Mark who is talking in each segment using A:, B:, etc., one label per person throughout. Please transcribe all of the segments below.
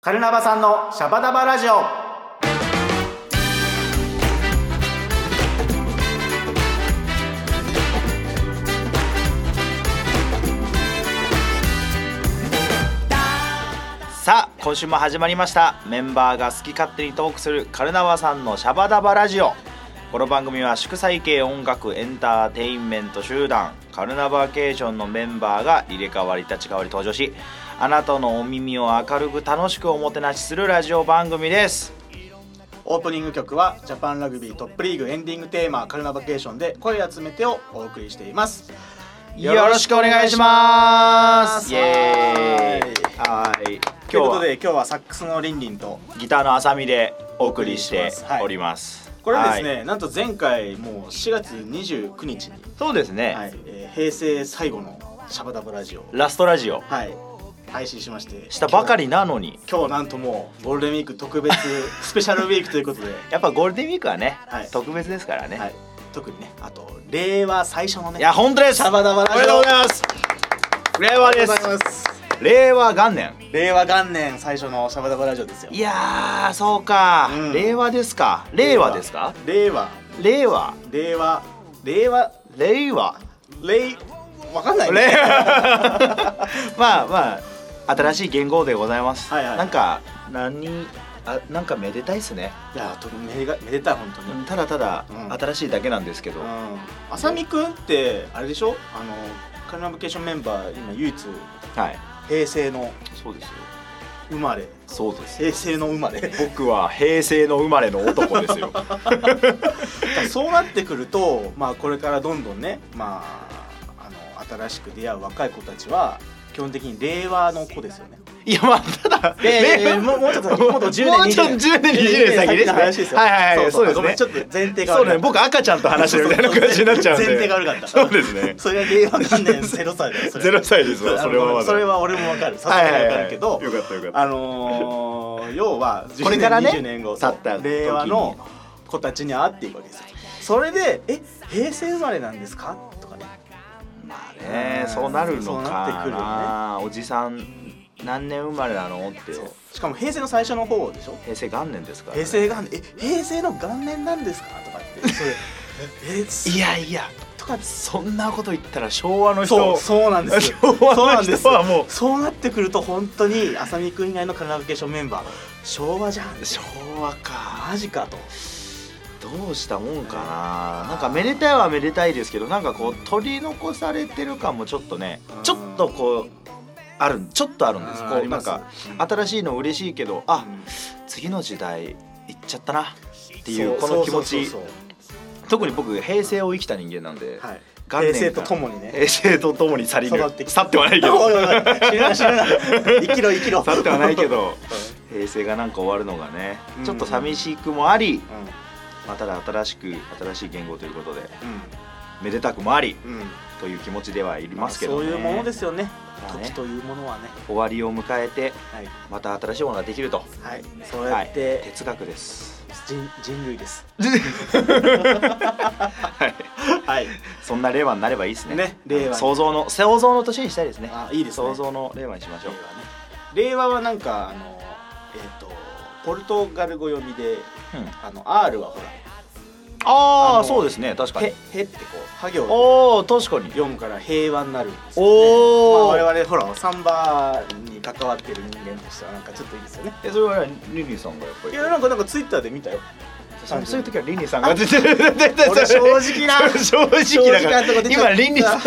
A: カルナバさんのシャバダバラジオさあ今週も始まりましたメンバーが好き勝手にトークするカルナバさんのシャバダバラジオこの番組は祝祭系音楽エンターテインメント集団カルナバケーションのメンバーが入れ替わり立ち替わり登場しあなたのお耳を明るく楽しくおもてなしするラジオ番組です
B: オープニング曲はジャパンラグビートップリーグエンディングテーマカルナバケーションで声集めてをお送りしています
A: よろしくお願いしますイ
B: イ
A: エ
B: エ
A: ー
B: ー
A: イ
B: イ
A: はい
B: という
A: 今
B: こ
A: 日
B: と
A: は
B: で今日はサックスのリンリンと
A: ギターのあさみでお送りしております
B: これはですね、
A: はい
B: なんと前回もう4月29日に、
A: そうですね、
B: はいえー平成最後のシャバダブラジオ
A: ラストラジオ
B: はい配信しまして
A: したばかりなのに
B: 今日今日なんともうゴールデンウィーク特別 スペシャルウィークということで、
A: やっぱゴールデンウィークはね、
B: はい
A: 特別ですからね、
B: はい
A: い、、
B: 特にねあと令和最初のね
A: や本当です
B: シャバダバラジオ
A: おめでとうございます令和で
B: ありがとうござい
A: す
B: ます
A: 令和元年
B: 令和元年最初のシャバダバラジオですよ
A: いやーそうか、
B: うん
A: 令和ですか令和ですか
B: 令和
A: 令和
B: 令和令和
A: 令和
B: 令わかんないね
A: 令和 まあまあ新しい言語でございます、
B: はいはい
A: なんか何あなんかめでたいっすね、
B: いやとめがめでたい本当に
A: ただただ、
B: うん
A: 新しいだけなんですけど、
B: うんあさみくんってあれでしょあのカルナブケーションメンバー今唯一
A: はい
B: 平成の
A: そうですよ
B: 生まれ
A: そうです
B: 平成の生まれ
A: 僕は平成の生まれの男ですよ
B: そうなってくるとまあこれからどんどんねまああの新しく出会う若い子たちは基本的に令和の子ですよね
A: いやまあただ
B: いやいやいやもうもう ちょっと先もっと10年
A: もうちょっと10年20年先ですね
B: の話ですよ
A: はいはいはいそうです
B: ごめ
A: ね
B: んちょっと前提が
A: そう
B: 悪か
A: ね
B: った
A: 僕赤ちゃんと話してるみたいな感じになっちゃうんで
B: 前提が悪かった
A: そうですね
B: それは令和元年ゼロ歳だよそ れ
A: ゼロ歳ですわ
B: あ
A: そ
B: の
A: れはまだ
B: それは俺もわかるさす
A: は
B: が
A: い
B: に
A: はい
B: わ
A: は
B: か
A: い
B: るけど
A: よかったよかった
B: あのー要は10年
A: これからね
B: 20年後
A: 去った時に
B: 令和の子たちに会っていくわけですよそれで「え平成生まれなんですか?」とかね
A: まあねそうなるの
B: そう
A: か
B: なってくる
A: な、おじさん何年生まれなのって
B: そうしかも平成の最初の方でしょ
A: 平成元年ですから、ね、
B: 平成元年「え平成の元年なんですか?」とかってそれ「え
A: いやいや
B: とか
A: そんなこと言ったら昭和の人
B: そうそうなんですよ
A: 昭和の人は
B: そうなんですよ
A: もう
B: そうなってくると本当に浅見君以外のカラオケーションメンバー昭和じゃん
A: 昭和か
B: マジかと
A: どうしたもんかななんかめでたいはめでたいですけどなんかこう取り残されてる感もちょっとね
B: うん
A: ちょっとこうあるちょっとあるんです
B: あー
A: こ
B: あ
A: う
B: り
A: な
B: ま
A: ん
B: す
A: か
B: うん
A: 新しいの嬉しいけどあ次の時代行っちゃったなっていうこの気持ち
B: そうそうそう
A: 特に僕平成を生きた人間なんで、
B: そうはい
A: 元年
B: 平成とともにね
A: 平成とともに去りぬ
B: 育ってきた
A: 去ってはないけ
B: おい
A: ど
B: おいおい知らない知らない生きろ生きろ
A: 去ってはないけど平成がなんか終わるのがね
B: うん
A: ちょっと寂しくもあり、
B: うん
A: まあ、ただ新しく新しい言語ということで
B: う
A: めでたくもあり
B: んうん
A: という気持ちではい
B: ま
A: ま
B: あ
A: すけど
B: そ
A: ね
B: ういうものですよね
A: まあね
B: 時というものはね
A: 終わりを迎えて
B: はい
A: また新しいものができると
B: はいそうやっ
A: はい、
B: て
A: 哲学です
B: 人人類です
A: はい
B: はい
A: そんな令和になればいいですね
B: ね令和に
A: 想像の想像の年にしたいですね
B: あいいですね
A: 想像の令和にしましょう
B: 令和ね令和はなんかあのえっ、とポルトガル語読みで
A: うん
B: あの R はほ
A: あ
B: あ
A: あ
B: の
A: そうですね確
B: ら「
A: かに
B: へ」へってこうは行
A: おお確かに
B: 読むから平和になるんですよ、ね、
A: おお、
B: まあ、我々ほらサンバに関わってる人間としてはなんかちょっといいですよね
A: えそれはリリーさんがやっぱり
B: いやなんかなんかツイッターで見たよ
A: そうそういう時はリリーさんが出てる俺
B: 俺正直な
A: 正直だから
B: 正直なとこ出ちゃっ
A: 今
B: た
A: リリーさん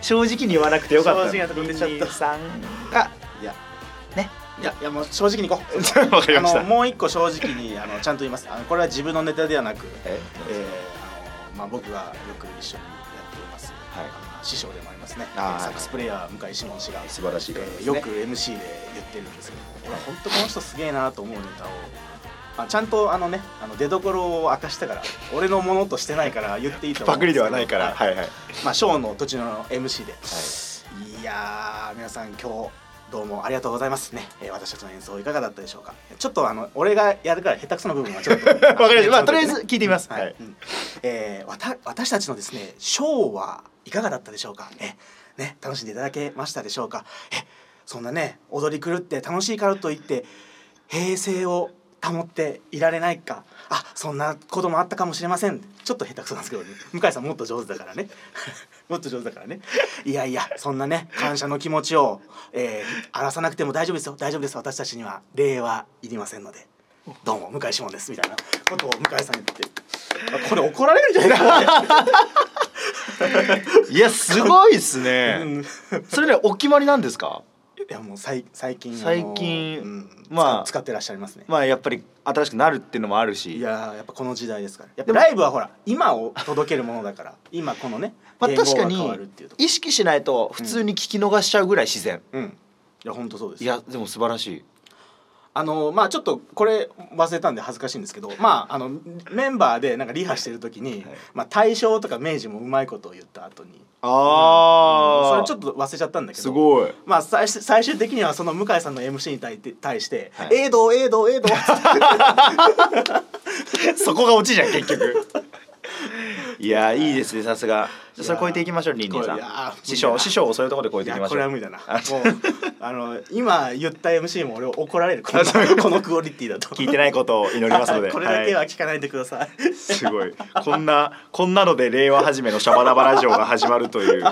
A: 正直に言わなくてよかった
B: 正直なとこ出ちゃった
A: リリーさんが
B: いや
A: ね
B: いやいやもう正直にいこ
A: わか
B: う
A: り
B: あ
A: まし
B: の
A: た
B: もう一個正直にあのちゃんと言いますあのこれは自分のネタではなく、
A: え
B: えーあのまあ、僕がよく一緒にやっています、
A: はい
B: あの師匠でもありますね
A: あー
B: サックスプレイヤー向井志門氏が
A: 素晴らしい方ですね
B: えーよく MC で言ってるんですけど俺本当この人すげえなと思うネタを、まあ、ちゃんとあのねあの出所を明かしてから俺のものとしてないから言っていいと思
A: パ
B: うん
A: クリで
B: すけど
A: はないからはいはい
B: まあショーの土地の MC で、い、やー皆さん今日どうもありがとうございますね、えー私たちの演奏いかがだったでしょうかちょっとあの俺がやるから下手くそな部分はちょっとわ
A: わかりましたまあとりあえず聞いてみます
B: はい
A: はい
B: うんえーわた私たちのですねショーはいかがだったでしょうかねね楽しんでいただけましたでしょうかえそんなね踊り狂って楽しいからといって平静を保っていられないかあそんなこともあったかもしれませんちょっと下手くそなんですけど、ね、向井さんもっと上手だからね もっと上手だからねいやいやそんなね感謝の気持ちを、えー、荒らさなくても大丈夫ですよ大丈夫です私たちには礼はいりませんのでどうも向井志門ですみたいなことを向井さんに言って、あこれ怒られるんじゃないかなって
A: いやすごいです
B: う
A: ね
B: ん
A: それねお決まりなんですか
B: いやもうさい最近あの
A: 最近
B: うん
A: まあ
B: 使使ってらっしゃいますね、
A: まあやっぱり新しくなるっていうのもある
B: い
A: し
B: やーやっぱこの時代ですからやっぱライブはほら今を届けるものだから今このね、
A: まあ
B: 言語
A: 確か
B: が変わ
A: に
B: るっていうとこ
A: 意識しないと普通に聞き逃しちゃうぐらい自然
B: うんいや本当そうです
A: いやでも素晴らしい
B: あのまあちょっとこれ忘れたんで恥ずかしいんですけどまああのメンバーでなんかリハしてる時に、
A: はい
B: まあ大正とか明治もうまいことを言った後にそ
A: あ
B: れちょっと忘れちゃったんだけど
A: すごい
B: まあ最終最終的にはその向井さんの MC に対して対して
A: はい
B: 「ええどええどええど」
A: そこが落ちじゃん結局 いやいいですねさすがじゃあそれ超えていきましょうリンリンさ
B: いやー
A: ん師
B: 無理だ
A: 匠
B: な
A: 師匠をそういうところで超え
B: い
A: てい
B: や
A: きまし
B: これは
A: ょ
B: 無
A: う
B: 理だなもうあの今言った MC も俺を怒ら れるこのこのクオリティだと
A: 聞いてないことを祈りますので
B: これだけ は聞かないでください、
A: すごいこんなこんなので令和初めのシャバダバラジオが始まるという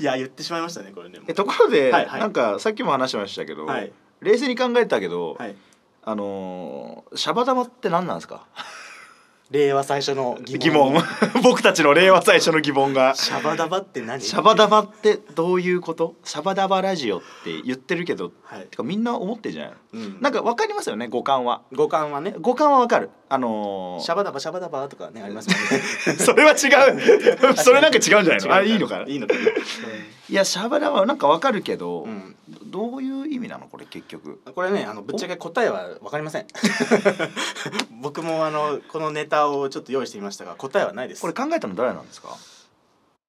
B: い、や言ってしまいましたねこれねもう
A: えところで、
B: はいはい
A: なんかさっきも話しましたけど、
B: はい
A: 冷静に考えたけど、
B: はい
A: あのーシャバダバって何なんですか
B: 令和最初の疑問
A: 疑問僕たちの令和最初の疑問が
B: シャバダバって何
A: シャバダバってどういうことシャバダバラジオって言ってるけど、
B: はい
A: てかみんな思ってんじゃないの、
B: うん
A: なんかわかりますよね五感は
B: 五感はね
A: 五感はわかるあのー
B: シャバダバシャバダバとかねありますもん ね
A: それは違うそれなんか違うんじゃないのあいいのかない
B: いのかな、
A: やシャバダバはなんかわかるけど、
B: うん
A: どういう意味なのこれ結局
B: これねあのぶっちゃけ答えは分かりま せん僕もあのこのネタをちょっと用意してみましたが答えはないです
A: これ考えたの誰なんですか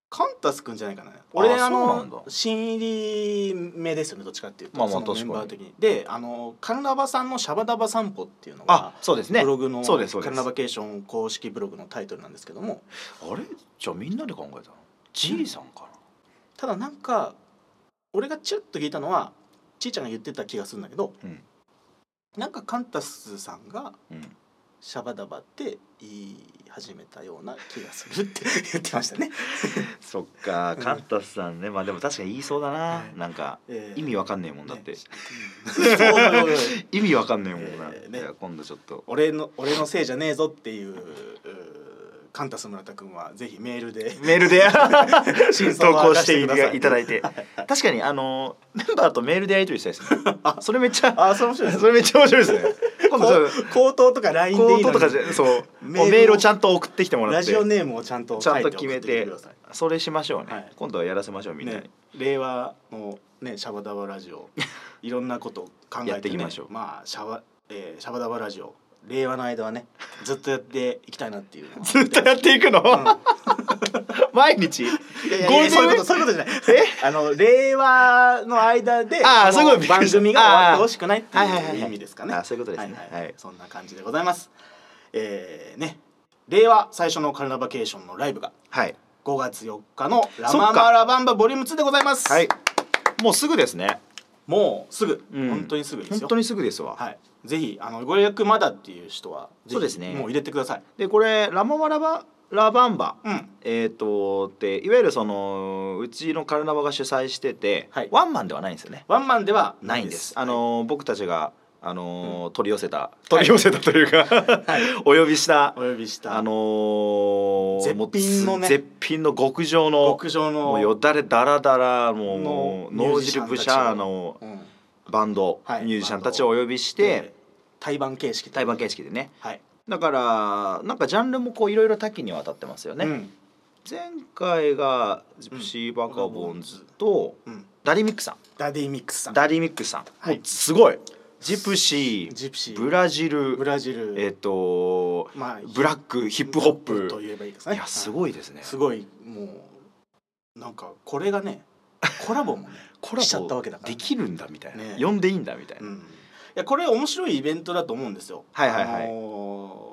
B: カンタスくんじゃないかな俺あ
A: そうなんだ
B: の新入り目ですよねどっちかっていうと、
A: まあまあ
B: そのメ
A: 確
B: ン
A: かに
B: バー的にであのカルナバさんの「シャバダバ散歩」っていうのが
A: あそうですね
B: ブログの
A: そうですそうで
B: カル
A: す
B: ナバケーション公式ブログのタイトルなんですけども
A: あれじゃあみんなで考えたのじいさんか
B: ただなんか俺がチュッと聞いたのはちいちゃんが言ってた気がするんだけど、
A: うん
B: なんかカンタスさんが
A: な、うん、
B: 「シャバダバ」って言い始めたような気がするって言ってました ね。
A: そっか
B: うん
A: カンタスさんねまあでも確かに言いそうだな
B: はい
A: なんか
B: えー
A: 意味わかんねえもんだっ
B: ね
A: て
B: うんそうそうそう
A: 意味わかんねえもんな
B: えーね
A: いや今度ちょっと
B: 俺の俺のせいじゃねえぞっていううーカンタス村田君はぜひメールで
A: メールで
B: 真
A: 投
B: 相を明
A: 稿
B: か
A: し
B: してて
A: い
B: ください
A: ただいて確かにあのメンバーとメールでやり取りしたい ですねそれめっちゃ
B: あそう面白い です
A: それめっちゃ面白いですね今度ちょっと
B: 口頭とか LINE でい
A: コ
B: いのに
A: ートとかじゃそう
B: メールを
A: メールをちゃんと送ってきてもら
B: ラ
A: って
B: ジオネームをちゃんと
A: ちゃん
B: 書
A: と
B: い
A: 決
B: て送っ
A: め
B: てきて
A: て
B: ください
A: それしましょうね、
B: はい
A: 今度はやらせましょうみんなに、
B: ね、令和のねシャバダバラ ジオいろんなことを考えて、ね、
A: やっていきましょう
B: まあシャバ、えーシャバダバラジオ令和の間はねずっとやっていきたいなっていうのは
A: ずっとやっていくの、 毎日
B: いやいや
A: ゴールデンウィーク
B: そういうことそういうことじゃない。あの令和の間で
A: あー
B: こ
A: そういうこと
B: の番組が終わってほしくないって
A: あーはいはいはい
B: い
A: はい
B: う意味ですかね。
A: あーそういうことですね
B: はいはい
A: はい
B: そんな感じでございます。えーね令和最初のカルナバケーションのライブが
A: はい
B: 5月4日のラ
A: そっ
B: マ
A: か
B: マラバンバボリューム2でございます。
A: はいもうすぐですね
B: もうすぐ、
A: うん
B: 本当にすぐですよ。
A: 本当にすぐですわ、
B: はい。ぜひあのご予約まだっていう人はぜひ
A: そうですね
B: もう入れてください。
A: でこれラモマラバラバンバ
B: うん。
A: えー、とっていわゆるそのうちのカルナバが主催してて、
B: はい
A: ワンマンではないんですよね
B: ワンマンでは
A: ないんです、
B: はい
A: あのー僕たちがあのー取り寄せた取り寄せたというか、
B: はい
A: お呼びした
B: お呼びした
A: あのー
B: 絶品
A: も
B: のね
A: う絶品の極上の
B: 極上の
A: もうよだれだらだらもう
B: の
A: もうノージルブシャーの
B: うん
A: バンド、
B: はい
A: ミュージシャンたちをお呼びして
B: 対バン形式
A: 対バン形式でね
B: はい
A: だからなんかジャンルもこういろいろ多岐にわたってますよね、
B: うん
A: 前回がジプシーバカボンズと
B: うん
A: ダリミックさ
B: ダディミックスさ
A: ん
B: ん
A: ダリミックさん、
B: はい
A: もうすごいジプシー
B: ジプシー
A: ブラジル
B: ブラジル
A: えっ、と
B: まあ
A: ブラックヒップホップ
B: と言えばいいです
A: い
B: ね
A: やす
B: は
A: ごいですね
B: いすごいもうなんかこれがねコラボもね
A: コラ
B: しちゃったわ
A: ボ
B: けだから
A: できるんだみたいな、
B: ね
A: 呼んでいいんだみたいな、
B: うんいやこれ面白いイベントだと思うんですよ
A: はいはいはい
B: あの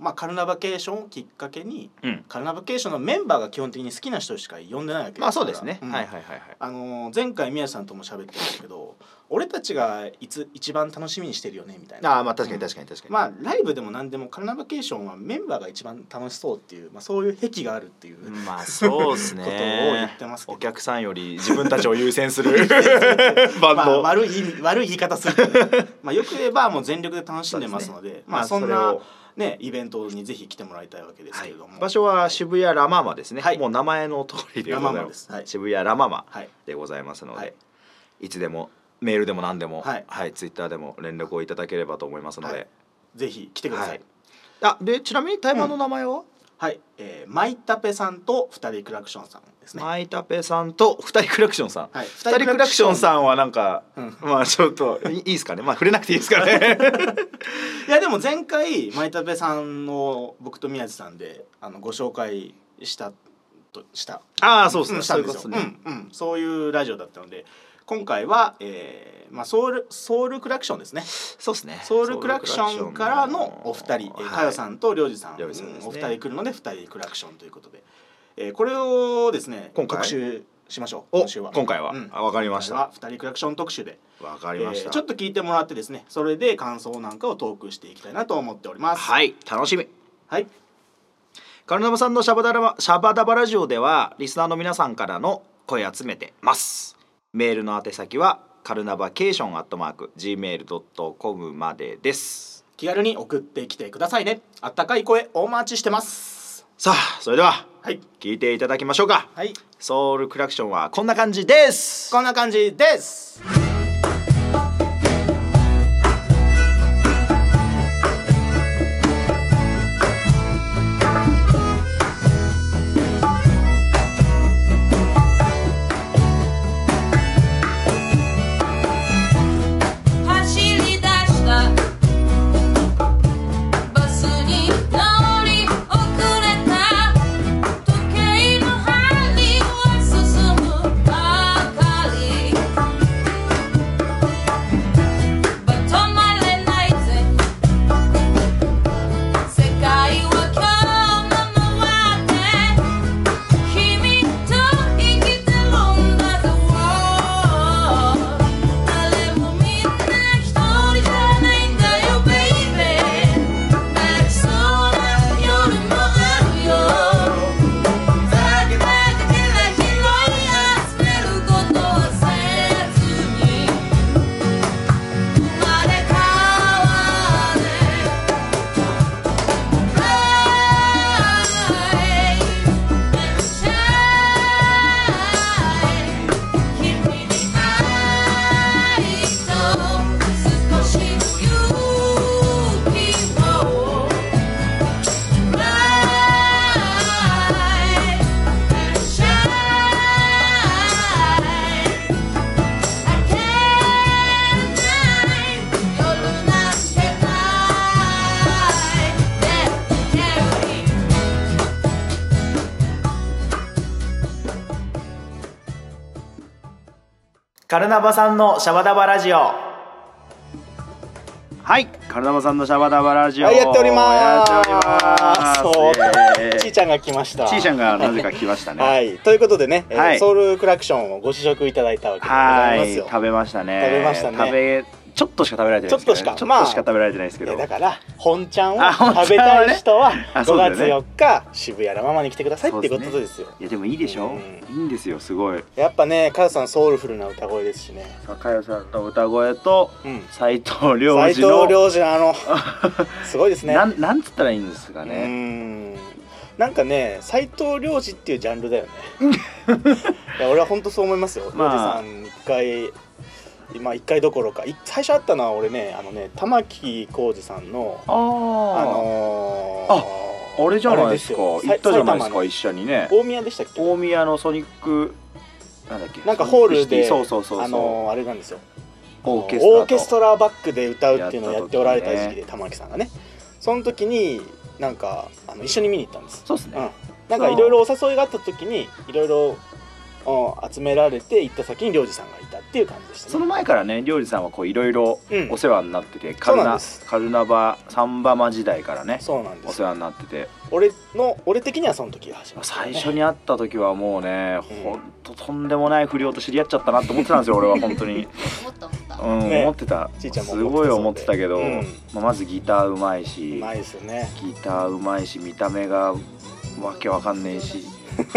B: まあ、カルナバケーションをきっかけに
A: うん
B: カルナバケーションのメンバーが基本的に好きな人しか呼んでないわけです
A: まあそうですね、
B: うん
A: はいはいはいはい
B: あのー前回宮さんとも喋ってましたけど俺たちがいつ一番楽しみにしてるよねみたいな
A: ああまあ確かに確かに確かに、
B: まあライブでも何でもカルナバケーションはメンバーが一番楽しそうっていう、まあ、そういう癖があるっていう、
A: まあそうですね
B: ことを言ってますけど
A: お客さんより自分たちを優先す るバンド、
B: まあ、悪い意味悪い言い方するけどまあよく言えばもう全力で楽しんでますのでまあ、そん
A: れ
B: な
A: を、
B: ね、イベントにぜひ来てもらいたいわけですけれども、
A: 場所は渋谷ラマーマですね、
B: はい
A: もう名前の通りでござい
B: ラマーマ
A: ま
B: ですすはい
A: 渋谷ラマーマ
B: はい
A: でございますので、
B: はいい、
A: つでもメールでも何でもは
B: はいい、
A: ツイッターでも連絡をいただければと思いますので、
B: はいぜひ来てください、
A: は
B: はいい
A: あでちなみに対マンの名前は、
B: えーマイタペさんと二人クラクションさんですね、
A: マイタペさんと二人クラクションさん、
B: はい、
A: 二人クラクション
B: ん
A: さんはなんか、
B: うん
A: まあちょっといいいですかねまあ触れなくていいですかね
B: いやでも前回マイタペさんを僕と宮地さんであのご紹介したとした
A: ああそうですね、
B: うんし
A: そうん
B: た
A: いう
B: で
A: ことです
B: すよう
A: ね、
B: んうんそういうラジオだったので今回は、えーまあ、ソウルソウルクラクションですね
A: そうですね
B: ソウルクラクションからのお二人、えー、かよ
A: ん
B: さんとりょうじさん、
A: りょうじさんですね
B: お二人来るので二人クラクションということで、えー、これをですね
A: 今回
B: 特集しましょう
A: お
B: 今週は
A: 今回は、
B: うん
A: あわかりまし
B: 今回
A: た
B: は二人クラクション特集で、
A: わか
B: え
A: りました、
B: ーちょっと聞いてもらってですねそれで感想なんかをトークしていきたいなと思っておりますい、
A: はい楽しみ
B: はい、
A: カルナバさんのシャバダバシャバダバラジオではリスナーの皆さんからの声集めてますメールの宛先はカルナバケーションアットマーク gmail.com までです
B: 気軽に送ってきてくださいねあったかい声お待ちしてます
A: さあそれでは
B: はい
A: 聞いていただきましょうか
B: はい
A: ソウルクラクションはこんな感じです
B: こんな感じです
C: 走り出したバスに乗り遅れた時計の針は進む明かりまとまれないぜ世界は今日も回って君と生きてるんだぞ誰もみんな一人じゃないんだよベイベー泣きそうな夜もあるよ「だけだけで拾い集めることはせずに」「生まれ変われ」「Ray and Shine」「君に会いと少し勇気を」Light and shine. I can't deny your lunar light that carries.
A: カルナバさんのシャバダバラジオはいカルナバさんのシャバダバラジオ
B: はいやっております
A: やっております
B: そう、
A: えー
B: ちーちゃんが来ました
A: ちーちゃんがなぜか来ましたね
B: はい、ということでね、えー
A: はい
B: ソウルクラクションをご試食いただいたわけでござ
A: はい
B: ま
A: い
B: すよ。
A: 食べましたね
B: 食べましたね
A: 食べちょっとしか食べられてないですけどね
B: ちょっとしか
A: ちょっ
B: ま
A: と
B: あ
A: しか食べられてないですけ
B: い
A: ど
B: やだから本ちゃんを
A: あ本ちゃんはね
B: 食べたい人は
A: あ
B: 5
A: そうだよ
B: 月
A: ね
B: 4日渋谷のママに来てくださいっていうことですよ
A: いやでもいいでしょ
B: う
A: いいんですよすごい
B: やっぱねカヨさんソウルフルな歌声ですしね
A: 坂代さんの歌声と
B: うん
A: 斉藤良
B: 斎
A: 次
B: 藤
A: の
B: 良次のあのすごいですね
A: なんなんつったらいいんですか
B: う
A: ね
B: んなんかね斎藤良次っていうジャンル だよねいや俺は本当そう思いますよ、
A: まあ
B: 良次さん一回今一回どころかい最初会ったのは俺ねあのね玉置浩二さんの
A: あー
B: あのー
A: あれじゃないですか
B: あ
A: 行
B: れよ
A: ったじゃないです
B: 埼玉
A: か
B: の
A: 一緒にね
B: 大宮でしたっけ
A: 大宮のソニックなんだっけ
B: なんかホールで
A: ソニックシティそうそうそうそう、
B: あのーあれなんですよ
A: オーケストラと
B: オーケストラバックで歌うっていうのをやっておられた時期で
A: や
B: 玉置さんがねその時になんかあの一緒に見に行ったんです、
A: そうです
B: う
A: ね
B: ん、なんかいろいろお誘いがあった時にいろいろうん集められて行った先に良二さんがいたってっていう感じでした、
A: そ
B: ね、
A: の前からね料理さんはこういろいろ
B: うん
A: お世話になってて、カ
B: そう
A: ル
B: なん
A: ナ
B: です
A: カルナバサンバマ時代からね
B: そうなんで
A: お
B: す
A: 世話になってて
B: 俺の俺的にはその時が始まりましたね、
A: 最初に会った時はもうね、
B: うん
A: ほんととんでもない不良と知り合っちゃったなって思ってたんで すよ俺は本当に、
D: 思った思った
A: う
D: あ
A: ん
B: ね
A: 思ってた
B: ちいちゃんも
A: すごい思
B: 思
A: っ
B: って
A: て
B: た
A: た
B: そ
A: け
B: うで
A: ど、
B: うん
A: まあ、まずギターうまいし
B: うまいですよね
A: ギターうまいし見た目がわけわかんねえし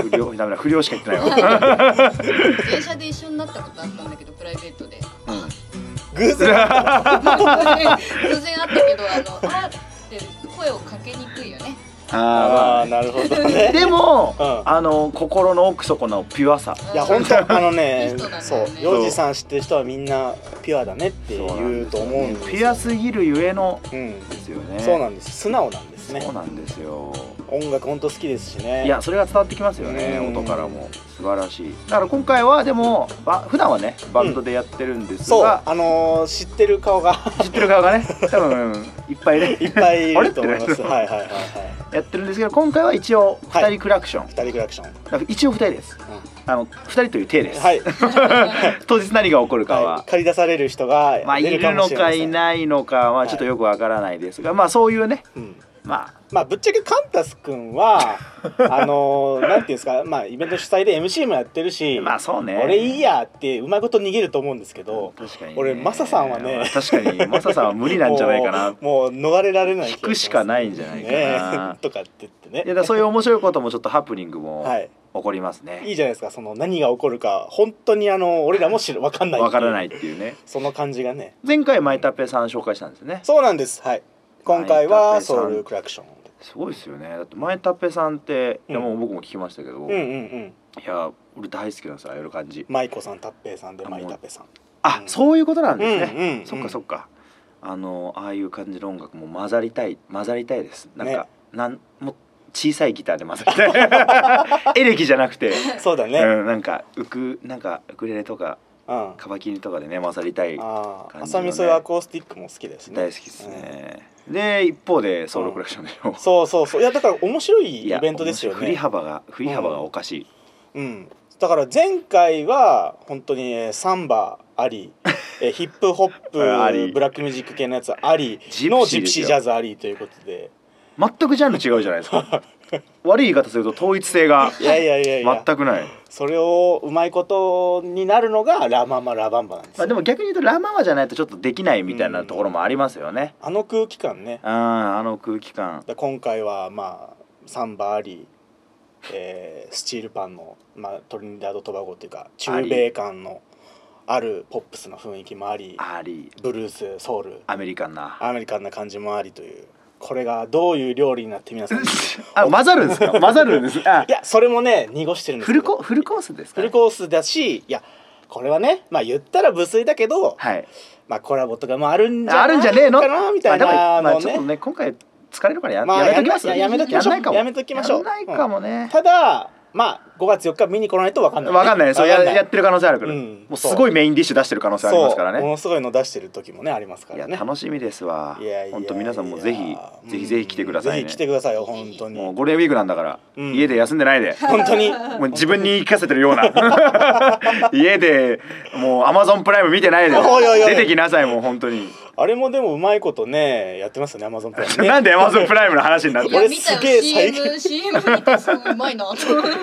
A: 不 良ダメだ不良しか言ってないわ、
D: 電車で一緒になったことあったんだけどプライベートで
A: うん
B: 偶然
D: 突然突然あったけどあのあって声をかけにくいよね
A: あ
B: あ
A: ーまあね
B: ーなるほどね
A: でも、
B: うん
A: あの心の奥底のピュアさ
D: うん
B: いや本当あのね
D: いい人なんだよね
B: そう洋二さん知ってる人はみんなピュアだねって言うと思うんですよ
A: ピュアすぎるゆえの
B: うん
A: ですよね
B: そうなんです素直なんですね
A: そうなんですよ
B: 音楽本当好きですしね
A: いやそれが伝わってきますよね
B: うん
A: 音からも素晴らしいだから今回はでもば普段はねバンドでやってるんです
B: そう
A: が
B: あ、のー、知ってる顔が
A: 知ってる側がね多分いっぱいね
B: いっぱいい
A: あれ
B: ると思い ま
A: って
B: す
A: な
B: はいはいはいはい
A: やってるんですけど今回は一応
B: は
A: 2
B: い
A: 人クラクション、
B: 二人クラクション、う
A: 一応2人です
B: ん
A: あの2人という体 です、
B: はい、
A: 当日何が起こるかは、
B: はい、借り出される人が
A: まあい
B: 出るか
A: る
B: も
A: の
B: しれま
A: か
B: せん
A: いないのかはちょっとよくわからないですが、まあそういうね
B: うん
A: まあ
B: まあぶっちゃけカンタス 君はあのー、なんていうんですかまあイベント主催で MC もやってるし、
A: まあそうね
B: 俺いいやってうまいこと逃げると思うんですけど
A: 確かにね、
B: 俺マサさんはね
A: まあ確かにマサさんは無理なんじゃないかな
B: もうもう逃れられない気がます
A: 引くしかないんじゃないかな
B: ね とかって言ってね
A: いやだからそういう面白いこともちょっとハプニングも
B: はい
A: 起こりますね、
B: いいじゃないですかその何が起こるか本当にあの俺らも知る分かんない
A: わからないいっていうね
B: その感じがね
A: 前回マイタペさん紹介したんですね
B: そうなんですはい今回
A: は
B: はい
A: たくさん
B: ソウルクラクション
A: すごいですよねだってマイタペさんって、いや
B: うん
A: もう僕も聞きましたけど、
B: うんう
A: い
B: んうん
A: や俺大好きなんですよああいう感じ
B: 舞子さんタッペイさんで舞タッペイさん
A: あ、
B: うん
A: そういうことなんですね、
B: うんうんうん
A: そっかそっかあのああいう感じの音楽も混ざりたい混ざりたいですなんか、
B: ね
A: なんも小さいギターで混ざりた いエレキじゃなくて、
B: そうだね、
A: うん、なんかウクなんかウクレレとか
B: うん
A: カバキリとかでね混ざりたい
B: あ
A: 感じのね
B: あ浅見そういうアコースティックも好きですね
A: 大好きです
B: うん
A: ね、で一方でソウルクラクションでしょ、
B: そうそうそういやだから面白
A: い
B: い
A: や
B: イベントですよ
A: 振り
B: ね
A: 幅が振り幅がおかしい、
B: うんだから前回は本当にえーサンバありえーヒップホッ
A: あり
B: プブラックミュージック系のやつあり
A: ジプシーですよ
B: のジプシージャズありということで
A: 全くジャンル違うじゃないです か悪い言い方すると統一性が
B: いやいやいやいや
A: 全くない
B: それをうまいことになるのがラ・ママ・ラ・バンバなんです
A: まあ、
B: よ
A: でも逆に言うとラ・ママじゃないとちょっとできないみたいなところもありますよね、
B: あの空気感ね
A: あああの空気感
B: だ今回はまあサンバあり、えースチールパンの、まあ、トリニダード・トバゴっていうか中米感のあるポップスの雰囲気もあり
A: あり
B: ブルースソウル
A: アメリカン な
B: アメリカンな感じもありというこれがどういう料理になって皆さんに
A: あ混ざるんです か混ざるんですあ
B: いやそれもね濁してるんで
A: フ
B: すけ
A: ル
B: ど
A: コフルコースですか、
B: フルコースだしいやこれはねまあ言ったら無粋だけど、
A: はい
B: まあコラボとかもあるんじゃ
A: あ
B: ない
A: るんじゃねえの
B: かなみたいな
A: まあ、でもま
B: の
A: あちょっと
B: ね
A: ね今回疲れるからや,、
B: まあ
A: やめときます
B: やんなやめときましょうん
A: ないかも
B: やめときましょう
A: やんないかもね、
B: ただまあ5月4日見に来ないと分かんない、
A: わかんないそうや
B: わかん
A: やってる可能性あるから、
B: うん
A: もうすごいメインディッシュ出してる可能性ありますから
B: そうも
A: ね
B: のすごいの出してる時もねありますか
A: い
B: ら
A: や
B: ね
A: 楽しみですわ
B: いやいやいや
A: 本当皆さんもぜひ
B: うん
A: ぜひぜひ来てください
B: ぜ
A: ね
B: ひ来てくださいよ本当に
A: もうゴールデンウィークなんだから、
B: うん
A: 家で休んでないで
B: 本当に
A: もう自分に言い聞かせてるような 家でもうアマゾンプライム見てないで
B: おいおいお
A: 出
B: い
A: てきなさいもう本当に、
B: あれもでもうまいことねやってますよねアマゾンプライムね
A: なんでアマゾンプライムの話になっ
D: い
A: て
D: や
B: 俺
D: 見たよ
B: すげえ最
D: CM CM 見てすごいうまいなと思って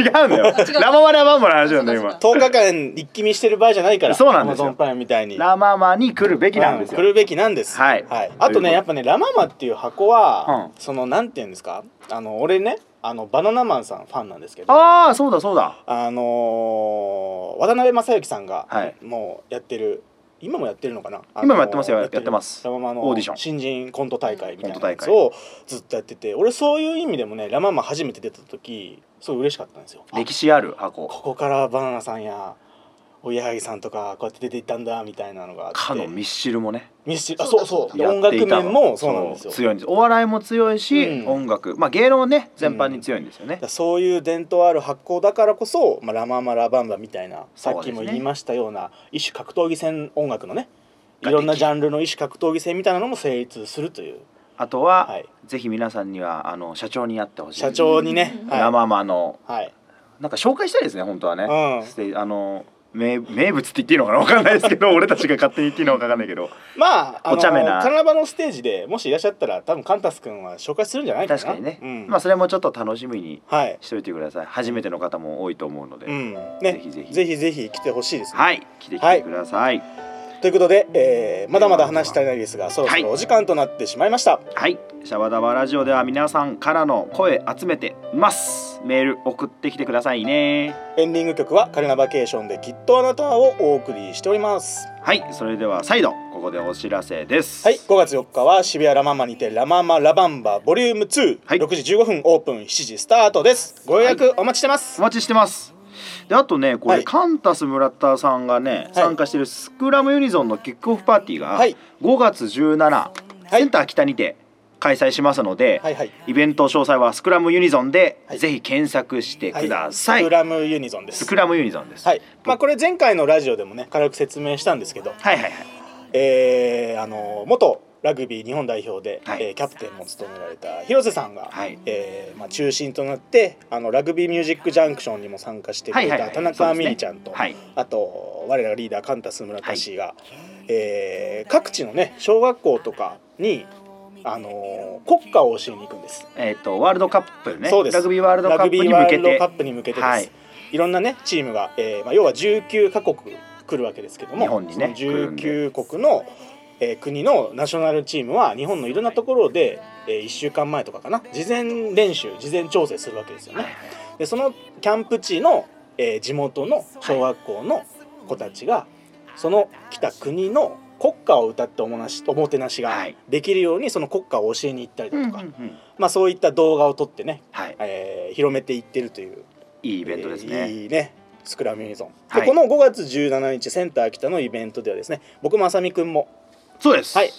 A: 違うんだよ
D: 違う
A: ラママラマンボの話なんだよ
D: そう
A: 今
B: 10日間一気見してる場合じゃないから
A: そうなんですよ
B: アマゾンプライムみたいに
A: ラママに来るべきなんですよ、
B: うん来るべきなんです
A: はい
B: あと
A: ということ
B: ね
A: で
B: やっぱねラ・ママっていう箱は、
A: うん
B: そのなんていうんですかあの俺ねあのバナナマンさんファンなんですけど
A: ああそうだそうだ
B: あのー渡辺正行さんが、
A: はい
B: もうやってる今もやってるのかな、あのー
A: 今もやってますよやってます
B: ラママの
A: オーディション
B: 新人コント大会みたいなやつ
A: コン
B: をずっとやってて俺そういう意味でもねラ・ママ初めて出た時すごい嬉しかったんですよあ
A: 歴史ある箱
B: ここからバナナさんやおぎやはぎさんとかこうやって出ていったんだみたいなのがあって
A: かのミッシルもね
B: ミスチルあそうそう
A: や
B: 音
A: ってい
B: 楽
A: たの
B: 面もそうなんですよ
A: 強いんですお笑いも強いし、
B: うん
A: 音楽まあ芸能ね全般に強いんですよね
B: だか、らそういう伝統ある発酵だからこそ、まあ、ラ・ママ・ラ・バンバみたいな
A: そ
B: さ
A: う
B: っ
A: です
B: き
A: ね
B: も言いましたような一種格闘技戦音楽のねい
A: が
B: ろんなジャンルの一種格闘技戦みたいなのも成立するという
A: あとは、
B: はい
A: ぜひ皆さんにはあの社長に会ってほしい
B: 社長にね、
A: ラ
B: は
A: ママの
B: い、はい、
A: なんか紹介したいですね本当はね、
B: うん
A: ステージあの名名物って言っていいのかなわかんないですけ ど俺たちが勝手に言っていいのかわかんないけど
B: まああ
A: お
B: の
A: 茶目な
B: カナバのステージでもしいらっしゃったら多分カンタス君は紹介するんじゃないかな
A: 確かにね、
B: うん
A: まあそれもちょっと楽しみに
B: はい、
A: しておいてください初めての方も多いと思うので、
B: うんね、
A: ぜひぜひ
B: ぜひぜひ来てほしいですね、
A: はい来てきてください
B: ということで、えーまだまだ話したいないですがそろそ
A: はい
B: ろお時間となってしまいました、
A: はい、シャバダバラジオでは皆さんからの声集めてます。メール送ってきてくださいね。
B: エンディング曲は「カルナバケーションできっとあなた」をお送りしております
A: はい、それでは再度ここでお知らせです。
B: はい、5月4日は渋谷ラマンマにてラマンマラバンバボリューム2、
A: はい
B: 6時15分オープン7時スタートですご予約お待ちしてます、
A: お待ちしてます。であとねこれ、
B: はい
A: カンタス村田さんがね参加してるスクラムユニゾンのキックオフパーティーが
B: はい
A: 5月17、センター北にて開催しますので、
B: はいはい
A: イベント詳細はスクラムユニゾンで、
B: はい
A: ぜひ検索して
B: は
A: くださ
B: ス
A: い。
B: クラムユニゾンです
A: スクラムユニゾンです。
B: はいまあこれ前回のラジオでもね軽く説明したんですけど
A: はいはいはい。
B: えーあの元ラグビー日本代表で、
A: はい
B: えーキャプテンも務められた広瀬さんが、
A: はい
B: えーまあ、中心となってあのラグビーミュージックジャンクションにも参加してく
A: は
B: れ
A: いはいは
B: た
A: い
B: 田
A: そうで
B: 中
A: すね
B: 美里ちゃんと、
A: はい
B: あと我らリーダーカンタス村田氏が、えー各地のね小学校とかに、あのー国歌を教えに行くんです。
A: えっ、とワールドカップね
B: そうです
A: ラグビーワールドカップに向け
B: ラグビーワールド
A: て
B: カップに向けてです、
A: はいい、
B: ろんなねチームが、えーまあ、要は19カ国来るわけですけども
A: 日本にね
B: その19国の、えー国のナショナルチームは日本のいろんなところで、え1週間前とかかな事前練習事前調整するわけですよね。でそのキャンプ地の、えー地元の小学校の子たちがその来た国の国歌を歌っておもなしおもてなしが
A: はい
B: できるようにその国歌を教えに行ったりだとか、
A: うんうんうん
B: まあ、そういった動画を撮ってね
A: はい、
B: えー広めていってるという
A: いいイベントですね。
B: えーいいねスクラムユニゾン、
A: は
B: で
A: い
B: この5月17日センター北のイベントではですね僕もあさみくんも
A: そうです。
B: はい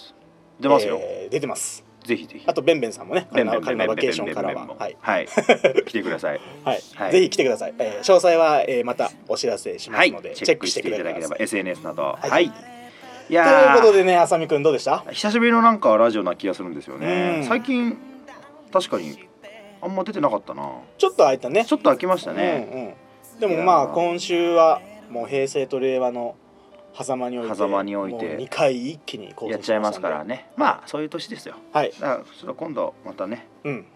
A: 出ますよ。
B: えー出てます
A: ぜひぜひ
B: あ。とベンベンさんもね
A: ベンベン
B: カルナバケーションからは
A: ベンベンベンベンベン
B: はい、
A: はい。来てください。
B: はい
A: はい
B: ぜひ来てください、えー詳細は、えーまたお知らせしま
A: は
B: す
A: い
B: ので、。
A: チェックしていただければ
B: チェックしてくださ
A: SNS など。はいい。い、
B: いと
A: や
B: いう
A: ー
B: ことでねあさみくんどうでした
A: 久しぶりのなんかラジオな気がするんですよ
B: う
A: ね
B: ん。
A: 最近確かにあんま出てなかったな。
B: ちょっと空いたね
A: ちょっと飽きましたね。
B: うんうん、でもまあ今週はもう平成と令和の狭間において
A: 狭間において
B: 2回一気に構
A: や
B: 成
A: っ
B: し
A: ちゃいますか
B: た
A: ら
B: んで
A: ね。まあそういう年ですよ。
B: はい
A: だからちょっと今度またね
B: うん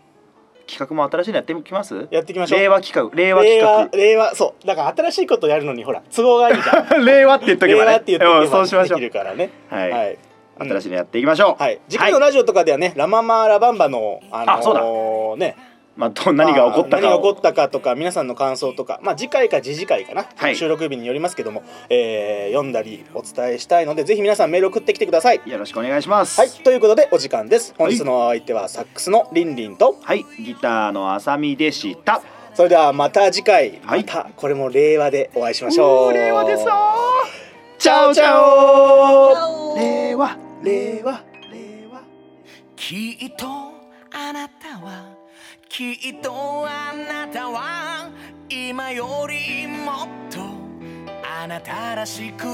A: 企画も新しいのやってきます。
B: やっていきましょう
A: 令和企画令和
B: 令
A: 企
B: 和
A: 画。
B: 令和そうだから新しいことやるのにほら都合がい いじゃん
A: 令和って言っとけ
B: 令
A: ばね。
B: 和って言ってお
A: うんそうし
B: けば
A: まし
B: で
A: ょう
B: き。るからね
A: はい。
B: はい、うん
A: 新しいのやっていきましょう。
B: はい、次回のラジオとかではね、ラママラバンバの、あのー
A: あそうだ
B: ね、
A: まあど何が起こったかを
B: まあ何が起こったかとか皆さんの感想とか、まあ、次回か次次回かな、
A: はい
B: 収録日によりますけども、えー読んだりお伝えしたいのでぜひ皆さんメール送ってきてください。
A: よろしくお願いします。
B: はい、ということでお時間です。本日のお相手はサックスのリンリンと、
A: はい、ギターのあさみでした。
B: それではまた次回、
A: はい
B: またこれも令和でお会いしましょう。
A: 令和ですよ。
B: チャオチャ
C: チ
B: オ
C: ャ オ
A: 令和。
B: 令和令和
E: きっとあなたはきっとあなたは今よりもっとあなたらしく